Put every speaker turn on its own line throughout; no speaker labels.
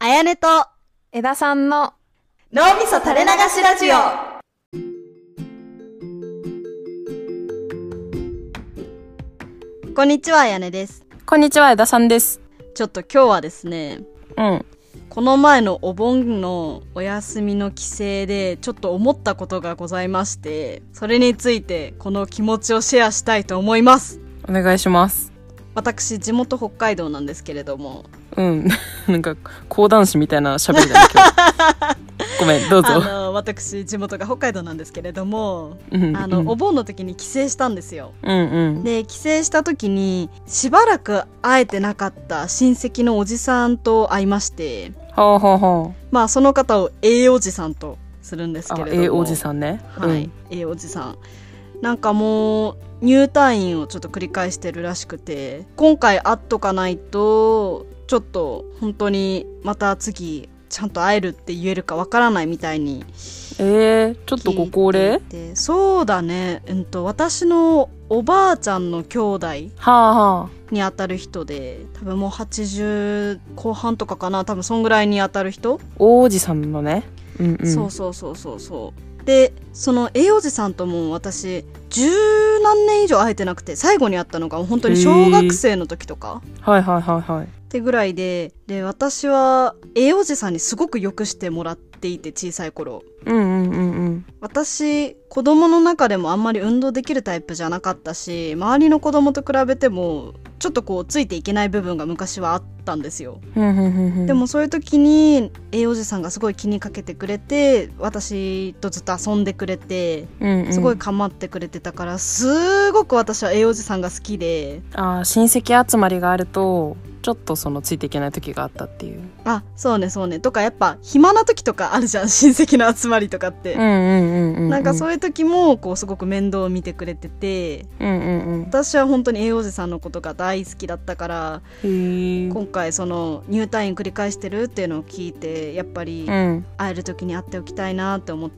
やねと、
枝さんの
脳みそ垂れ流しラジオ。こんにちは、あやねです。
こんにちは枝さんです
ちょっと今日はですね、
うん
この前のお盆のお休みの帰省で、ちょっと思ったことがございまして、それについて、この気持ちをシェアしたいと思います。
お願いします
私、地元北海道なんですけれども、
うん なんか講談師みたいな喋りだね今 日ごめんどう
あ
ぞ
の、私、地元が北海道なんですけれども、
うん
あ
う
の、
ん
お盆の時に帰省したんですよ。
うんうん
で帰省した時にしばらく会えてなかった親戚のおじさんと会いまして
ほうほうほ
まあその方を A おじさんとするんです
う
け
あ
れども
ええおじさんね
はい、A おじさんなんかもう入退院をちょっと繰り返してるらしくて今回会っとかないとちょっと本当にまた次ちゃんと会えるって言えるかわからないみたいに
うんえー、ちょっとご高
聞
齢
いていてそうだね、うん、と私のおばあちゃんの兄弟
はあは
に当たる人で多分もう80後半とかかな多分そんぐらいに当たる人、
あおじさんのねうんうん
そうそうそうそうそうでその栄養士さんとも私十何年以上会えてなくて最後に会ったのが本当に小学生の時とか
はいはいはいはい
ってぐらいでで私は栄養士さんにすごくよくしてもらっていて小さい頃
うんうんうんうん
私子供の中でもあんまり運動できるタイプじゃなかったし周りの子供と比べてもちょっとこうついていけない部分が昔はあったんですよ
ふんふんふんふん
でもそういう時に栄養士さんがすごい気にかけてくれて私とずっと遊んでくれて
うんうん
すごい構ってくれてたから、すごく私は栄養士さんが好きで
あー親戚集まりがあるとちょっとそのついていけない時があったっていう
あそうねそうねとかやっぱ暇な時とかあるじゃん 親戚の集まりとかって、
うんうんうんうん
なんか
う
そういう時もこうすごく面倒を見てくれてて
うんうん
私は本当に栄養士さんのことが大好きだったから
うんへえ
今回その入退院繰り返してるっていうのを聞いてやっぱり
うん
会える時に会っておきたいなって思って。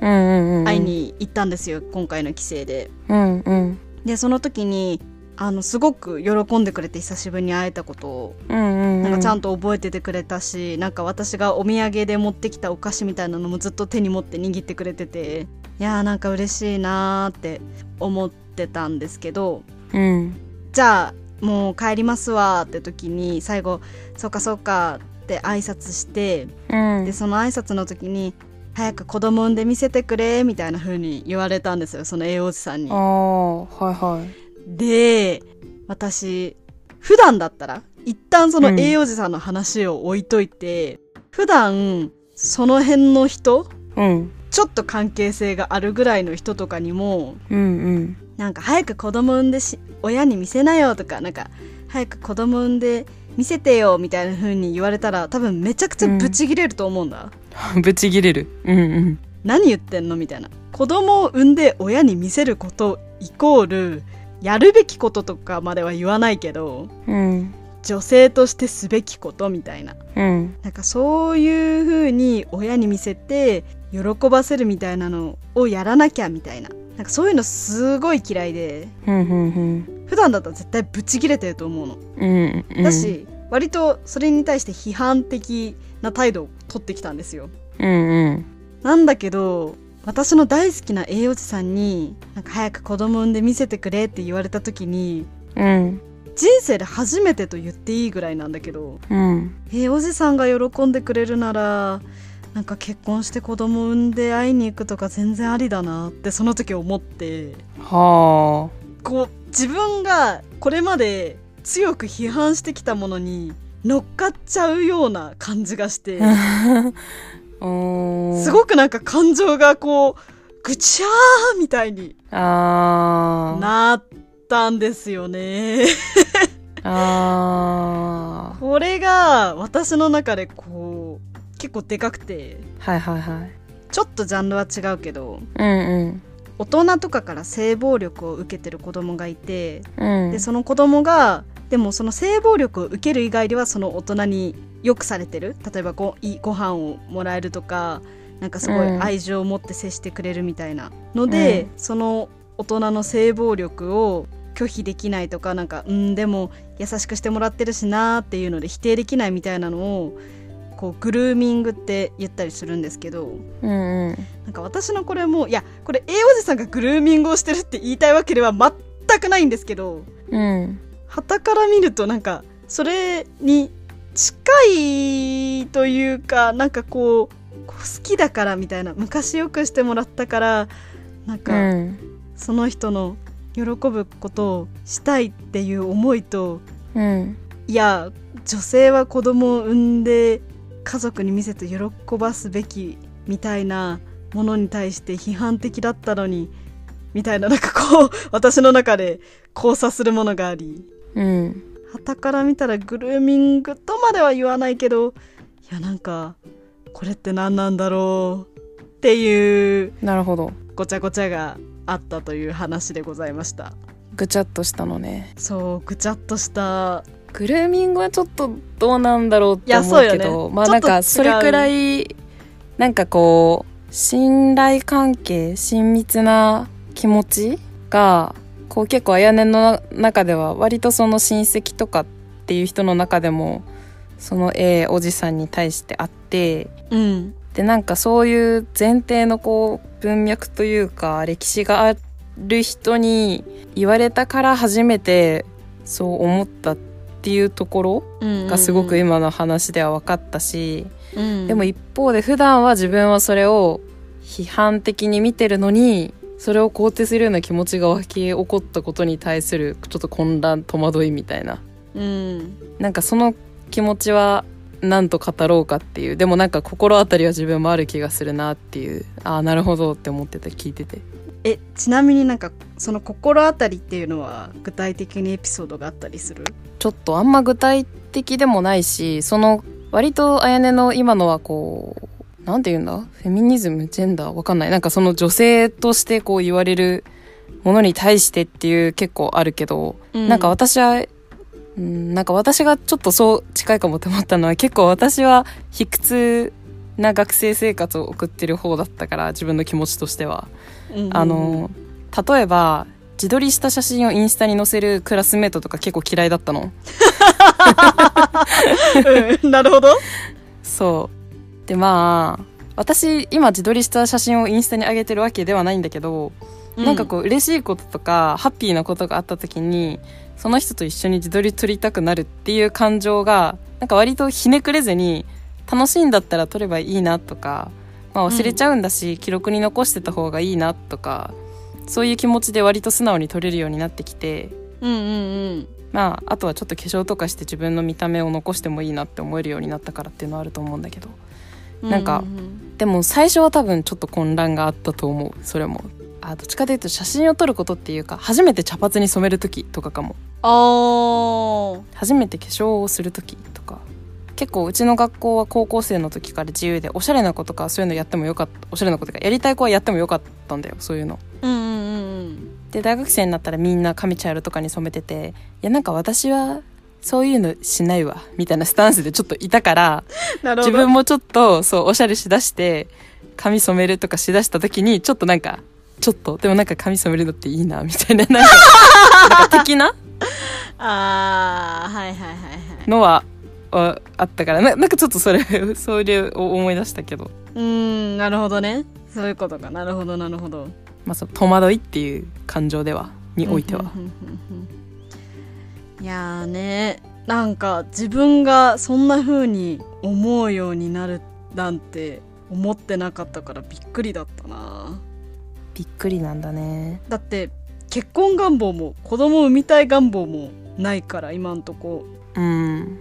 うんうんうん
会いに行ったんですよ、今回の帰省で。
うんうん
でその時にあのすごく喜んでくれて久しぶりに会えたことを
うん
なんかちゃ
ん
んと覚えててくれたし、なんか私がお土産で持ってきたお菓子みたいなのもずっと手に持って握ってくれてていやーなんか嬉しいなーって思ってたんですけど
うん
じゃあもう帰りますわーって時に最後「そうかそうか」って挨拶して
うん
でその挨拶の時に「早く子供産んで見せてくれ」みたいな風に言われたんですよその栄養士さんに
あ。あはいはい
で私普段だったら一旦その
うん
栄養士さんの話を置いといて、普段その辺の人
うん
ちょっと関係性があるぐらいの人とかにも
うんうん
なんか早く子供産んでし親に見せなよとかなんか早く子供産んで見せてよみたいな風に言われたら多分めちゃくちゃブチギレると思うんだ。
ぶち切れるうんうん
何言ってんのみたいな子供を産んで親に見せることイコールやるべきこととかまでは言わないけど
うん
女性としてすべきことみたいな
うん
なんかそういう風に親に見せて喜ばせるみたいなのをやらなきゃみたいななんかそういうのすごい嫌いで
うんうんうん
普段だったら絶対ブチ切れてると思うの
うんうん
だし、割とそれに対して批判的な態度を取ってきたんですよ
うんうん
なんだけど私の大好きな栄養士さんになんか早く子供産んで見せてくれって言われた時に
うん
人生で初めてと言っていいぐらいなんだけど
うん
栄養士さんが喜んでくれるならなんか結婚して子供産んで会いに行くとか全然ありだなってその時思って
は
こう自分がこれまで強く批判してきたものに乗っかっちゃうような感じがして。
あおー
すごくなんか感情がこう、ぐちゃーみたいに
あー
なったんですよね。
あー
これが私の中でこう、結構でかくて、
はいはいはい
ちょっとジャンルは違うけど、
うん
大人とかから性暴力を受けてる子供がいて、
うんうん
で、その子供が、でもその性暴力を受ける以外ではその大人によくされてる例えばごいいご飯をもらえるとかなんかすごい
うん
愛情を持って接してくれるみたいなので、
うん
その大人の性暴力を拒否できないとかなんかうんでも優しくしてもらってるしなーっていうので否定できないみたいなのをこうグルーミングって言ったりするんですけど
うんうん
なんか私のこれもいやこれ A おじさんがグルーミングをしてるって言いたいわけでは全くないんですけど
うん
旗から見るとなんかそれに近いというかなんかこうこう好きだからみたいな昔よくしてもらったからなん
う
か、
ん
その人の喜ぶことをしたいっていう思いと
うん
いや女性は子供を産んで家族に見せて喜ばすべきみたいなものに対して批判的だったのにみたいななんかこう私の中で交差するものがあり
うん
旗から見たらグルーミングとまでは言わないけどいやなんかこれって何なんだろうっていう
なるほど
ごちゃごちゃがあったという話でございました。
ぐちゃっとしたのね
そうぐちゃっとした
グルーミングはちょっとどうなんだろうって思
いうやそう
け
よ
ど
ね
まあなんか
ちょ
そ
っと違う
れくらいなんかこう信頼関係親密な気持ちがこう結構あやねの中では割とその親戚とかっていう人の中でもその A おじさんに対してあって
うん
でなんかそういう前提のこう文脈というか歴史がある人に言われたから初めてそう思ったっていうところがすごく今の話では分かったし、でも一方で普段は自分はそれを批判的に見てるのにそれを肯定するような気持ちが湧き起こったことに対するちょっと混乱戸惑いみたいな
うん
なんかその気持ちは何と語ろうかっていうでもなんか心当たりは自分もある気がするなっていうああなるほどって思ってた聞いてて
えちなみになんかその心当たりっていうのは具体的にエピソードがあったりする
ちょっとあんま具体的でもないしその割とあやねの今のはこうなんて言うんだフェミニズムジェンダーわかんないなんかその女性としてこう言われるものに対してっていう結構あるけど、なんか私は、うん、なんか私がちょっとそう近いかもって思ったのは結構私は卑屈な学生生活を送ってる方だったから自分の気持ちとしては。あの例えば自撮りした写真をインスタに載せるクラスメートとか結構嫌いだったの。
うん なるほど
そうでまあ私今自撮りした写真をインスタに上げてるわけではないんだけど、 なんかこう嬉しいこととかハッピーなことがあった時にその人と一緒に自撮り撮りたくなるっていう感情がなんか割とひねくれずに楽しいんだったら撮ればいいなとか、まあ、忘れちゃうんだし、記録に残してた方がいいなとかそういう気持ちで割と素直に撮れるようになってきて。
うんうん
まあ、あとはちょっと化粧とかして自分の見た目を残してもいいなって思えるようになったからっていうのはあると思うんだけど
うん
なんか
ううん
でも最初は多分ちょっと混乱があったと思うそれもあどっちかというと写真を撮ることっていうか初めて茶髪に染める時とかかも
あー
初めて化粧をする時とか結構うちの学校は高校生の時から自由でおしゃれな子とかそういうのやってもよかったおしゃれな子とかやりたい子はやってもよかったんだよそういうの
うんうん
で大学生になったらみんな髪茶色とかに染めてていやなんか私はそういうのしないわみたいなスタンスでちょっといたから
なるほ
自
ど
分もちょっとそうおしゃれしだして髪染めるとかしだした時にちょっとなんかちょっとでもなんか髪染めるのっていいなみたいななんかなんか的な
あーはいはいはいはい
のはああったからななんかちょっとそれ それを思い出したけど、
うんなるほどねそういうことかなるほどなるほど
まあ、その戸惑いっていう感情ではにおいては
うんうんうん うんいやーねなんか自分がそんな風に思うようになるなんて思ってなかったからびっくりだったな
びっくりなんだね
だって結婚願望も子供産みたい願望もないから今んとこ
うん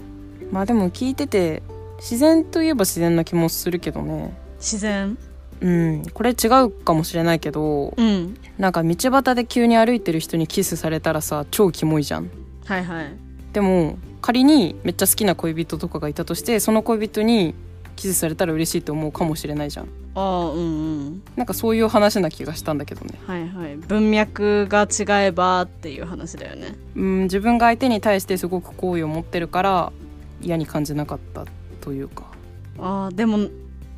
まあでも聞いてて自然といえば自然な気もするけどね
自然
うんこれ違うかもしれないけど
うん
なんか道端で急に歩いてる人にキスされたらさ超キモいじゃん
はいはい
でも仮にめっちゃ好きな恋人とかがいたとしてその恋人にキスされたら嬉しいと思うかもしれないじゃん
ああうんうん
なんかそういう話な気がしたんだけどね
はいはい文脈が違えばっていう話だよね
うん自分が相手に対してすごく好意を持ってるから嫌に感じなかったというか
ああでも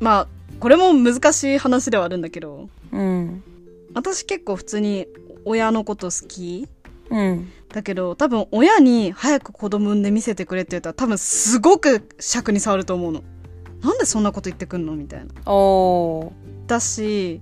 まあこれも難しい話ではあるんだけど
うん
私結構普通に親のこと好き
うん
だけど多分親に早く子供産んで見せてくれって言ったら多分すごく尺に触ると思うのなんでそんなこと言ってくんのみたいな
おー
だし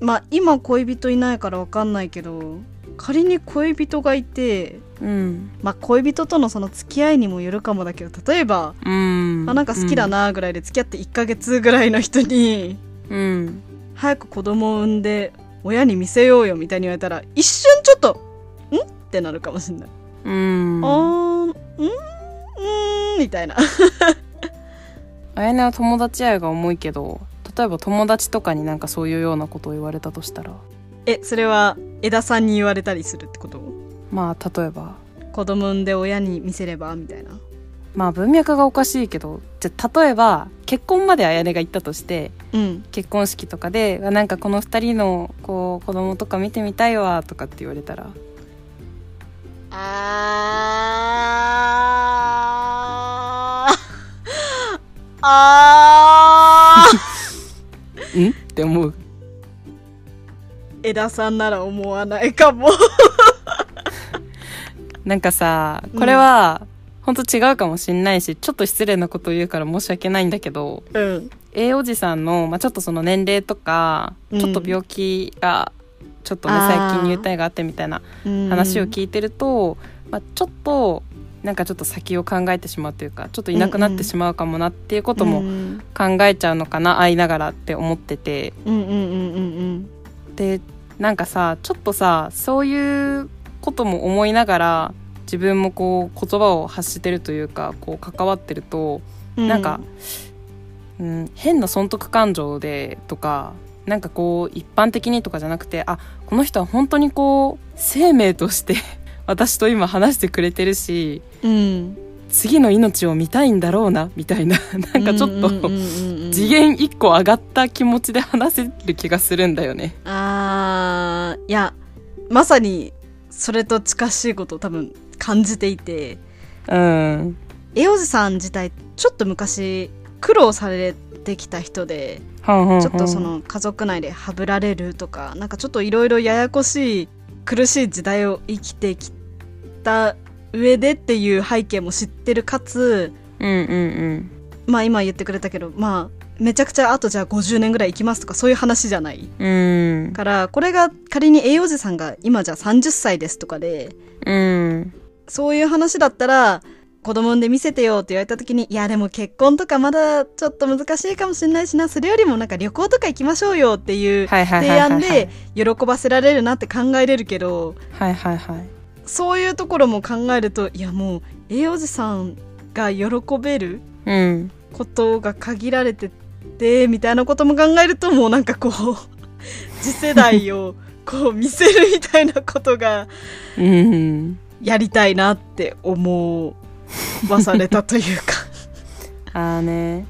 まあ今恋人いないからわかんないけど仮に恋人がいて
うん
まあ恋人とのその付き合いにもよるかもだけど例えば、
うん
あなんか好きだなぐらいで付き合って1ヶ月ぐらいの人に
うん
早く子供を産んで親に見せようよみたいに言われたら一瞬ちょっとんってなるかもしんない、
うん
あーんんうーんみたいな
あやねは友達愛が重いけど例えば友達とかになんかそういうようなことを言われたとしたら
えそれは枝さんに言われたりするってこと
まあ例えば
子供産んで親に見せればみたいな
まあ文脈がおかしいけどじゃあ例えば結婚まであやねが行ったとして
うん
結婚式とかでわなんかこの2人のこう子供とか見てみたいわとかって言われたら
あー あー
んって思う
枝さんなら思わないかも
なんかさ
うん
これは本当違うかもしんないしちょっと失礼なこと言うから申し訳ないんだけど
うん
栄おじさんの、まあ、ちょっとその年齢とか、
うん
ちょっと病気がちょっとね
あー
最近入退があってみたいな話を聞いてると、まあ、ちょっとなんかちょっと先を考えてしまうというかちょっといなくなってしまうかもなっていうこ
ことう
も
ん
考えちゃうのかな、会いながらって思ってて
うんうんうんうんうん
でなんかさちょっとさそういうことも思いながら自分もこう言葉を発してるというかこう関わってるとなんか、うん、変な損得感情でとかなんかこう一般的にとかじゃなくてあこの人は本当にこう生命として 私と今話してくれてるし
うん、
次の命を見たいんだろうなみたいな なんかちょっ
うんうん
と
うんうん
次元一個上がった気持ちで話せる気がするんだよね。
あーいやまさにそれと近しいことを多分感じていて
うん、
栄養士さん自体ちょっと昔苦労されてきた人でち
ち
ょっとその家族内でハブられるとかなんかちょっといろいろややこしい苦しい時代を生きてきた上でっていう背景も知ってるかつ
うんうんうん
まあ今言ってくれたけどまあめちゃくちゃあとじゃあ50年ぐらい生きますとかそういう話じゃない
うん
からこれが仮に栄養士さんが今じゃあ30歳ですとかで
うん
そういう話だったら子供産んで見せてよって言われた時にいやでも結婚とかまだちょっと難しいかもしれないしなそれよりもなんか旅行とか行きましょうよっていう
はいはい
提
はいは
案
い
で喜ばせられるなって考えれるけど
はいはいはい
そういうところも考えるといやもう栄養士さんが喜べる
うん
ことが限られててみたいなことも考えるともうなんかこう 次世代をこう見せるみたいなことが
うん
やりたいなって思わされたという か
ああね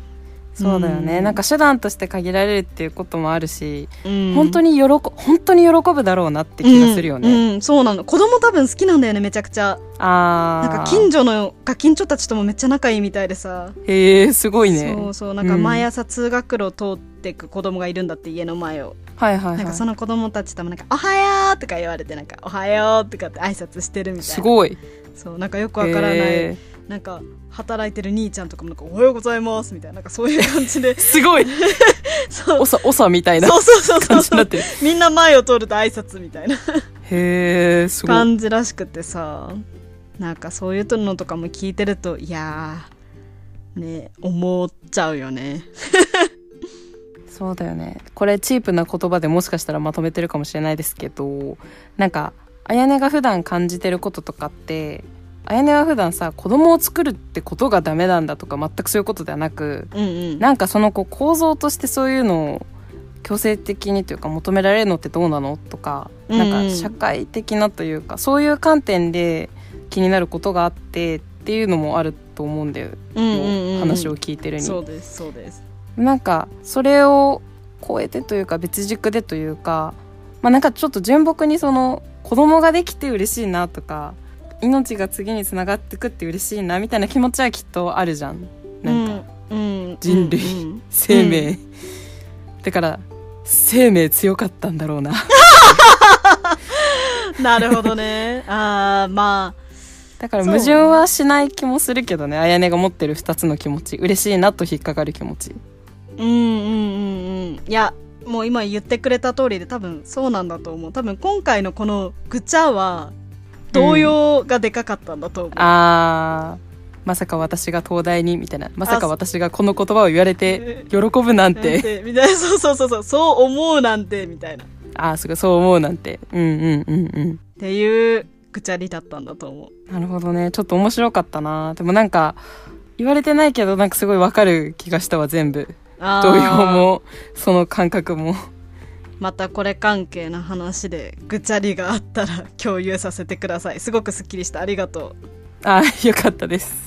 そうだよね、
うん
なんか手段として限られるっていうこともあるし、
本
本当に喜本当に喜ぶだろうなって気がするよね、
うんうんそうなの子供多分好きなんだよねめちゃくちゃ
ああ
なんか近所のガキンチョたちともめっちゃ仲いいみたいでさ
へえすごいね
そうそうなんか
うん
毎朝通学路を通ってく子供がいるんだって家の前を、
はいはい
なんか
は
その子供たちともなんか「おはよう」とか言われてなんか「おはよう」とかって挨拶してるみ
い
たいな
すごい
そうなんかよくわからない、
へ
なんか働いてる兄ちゃんとかもなんか「おはようございます」みたいななんかそういう感じで
ーすご い
そう
おさおさみたいな
そうそうそうそ
感
う
じになってる
みんな前を通ると挨拶みたいな
へえすごい
感じらしくてさなんかそういうのとかも聞いてるといやーね思っちゃうよね
そうだよねこれチープな言葉でもしかしたらまとめてるかもしれないですけどなんかあやねが普段感じてることとかってあやねは普段さ子供を作るってことがダメなんだとか全くそういうことではなく
うんうん
なんかそのこう構造としてそういうのを強制的にというか求められるのってどうなのとか
うん
なんか社会的なというかそういう観点で気になることがあってっていうのもあると思うんだよ、
うんうんうん
話を聞いてるに。
そうですそうです
なんかそれを超えてというか別軸でというか、まあ、なんかちょっと純朴にその子供ができて嬉しいなとか命が次につながってくって嬉しいなみたいな気持ちはきっとあるじゃん。なんか、
うんうん
人類
うん
生命、だから生命強かったんだろうな
うんなるほどねああまあ
だから
そう
矛盾はしない気もするけどねあやねが持ってる2つの気持ち嬉しいなと引っかかる気持ち
うんうんうんうんいやもう今言ってくれた通りで多分そうなんだと思う多分今回のこのぐちゃは動揺がでかかったんだと思う、
あーまさか私が東大にみたいなまさか私がこの言葉を言われて喜ぶなん
なん
て
てみたいなそうそうそうそうそう思うなんてみたいなっ
ああすごいそう思うなんてうんうんうんうん
ていうぐちゃりだったんだと思う
なるほどねちょっと面白かったなでもなんか言われてないけどなんかすごいわかる気がしたわ全部
あー
動揺もその感覚も
またこれ関係の話でぐちゃりがあったら共有させてくださいすごくすっきりしたありがとう
ああよかったです